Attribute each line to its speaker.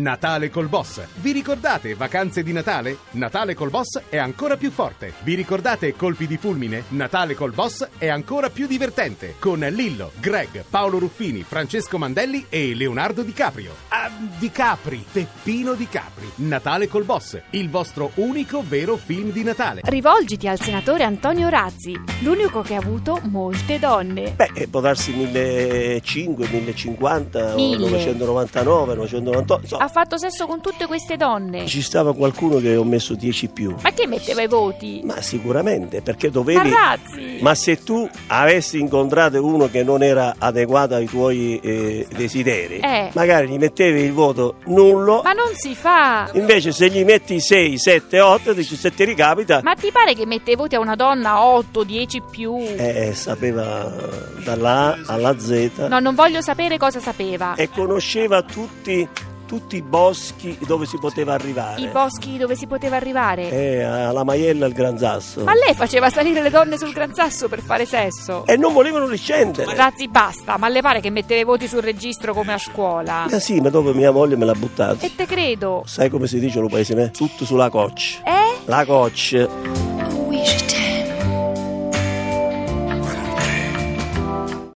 Speaker 1: Natale col boss. Vi ricordate vacanze di Natale? Natale col boss è ancora più forte. Vi ricordate colpi di fulmine? Natale col boss è ancora più divertente. Con Lillo, Greg, Paolo Ruffini, Francesco Mandelli e Leonardo Di Caprio. Ah, Di Capri, Peppino Di Capri. Natale col boss, il vostro unico vero film di Natale.
Speaker 2: Rivolgiti al senatore Antonio Razzi, l'unico che ha avuto molte donne.
Speaker 3: Beh, eh, può darsi 1500, 1050, o
Speaker 2: Mille. Ah.
Speaker 3: 999, 998, insomma,
Speaker 2: Ha fatto sesso con tutte queste donne.
Speaker 3: ci stava qualcuno che ho messo 10 più.
Speaker 2: Ma che metteva i voti?
Speaker 3: Ma sicuramente, perché
Speaker 2: A
Speaker 3: dovevi...
Speaker 2: Razzi!
Speaker 3: Ma se tu avessi incontrato uno che non era adeguato ai tuoi eh, desideri,
Speaker 2: Eh.
Speaker 3: magari gli mettevi il voto nullo,
Speaker 2: Ma non si fa!
Speaker 3: invece se gli metti 6, 7, 8, dici se ti ricapita,
Speaker 2: Ma ti pare che mette i voti a una donna 8, 10 più?
Speaker 3: eh, sapeva dalla A alla Z
Speaker 2: No, non voglio sapere cosa sapeva.
Speaker 3: e conosceva tutti, tutti i boschi dove si poteva arrivare.
Speaker 2: I boschi dove si poteva arrivare.
Speaker 3: Eh, alla Maiella al Gran Sasso.
Speaker 2: Ma lei faceva salire le donne sul gran sasso per fare sesso.
Speaker 3: E non volevano riscendere.
Speaker 2: Razzi, basta, ma le pare che mette i voti sul registro come a scuola?
Speaker 3: Ma Eh sì, ma dopo mia moglie me l'ha buttato.
Speaker 2: E te credo.
Speaker 3: Sai come si dice lo paese, me? Tutto sulla coccia.
Speaker 2: Eh?
Speaker 3: La coccia.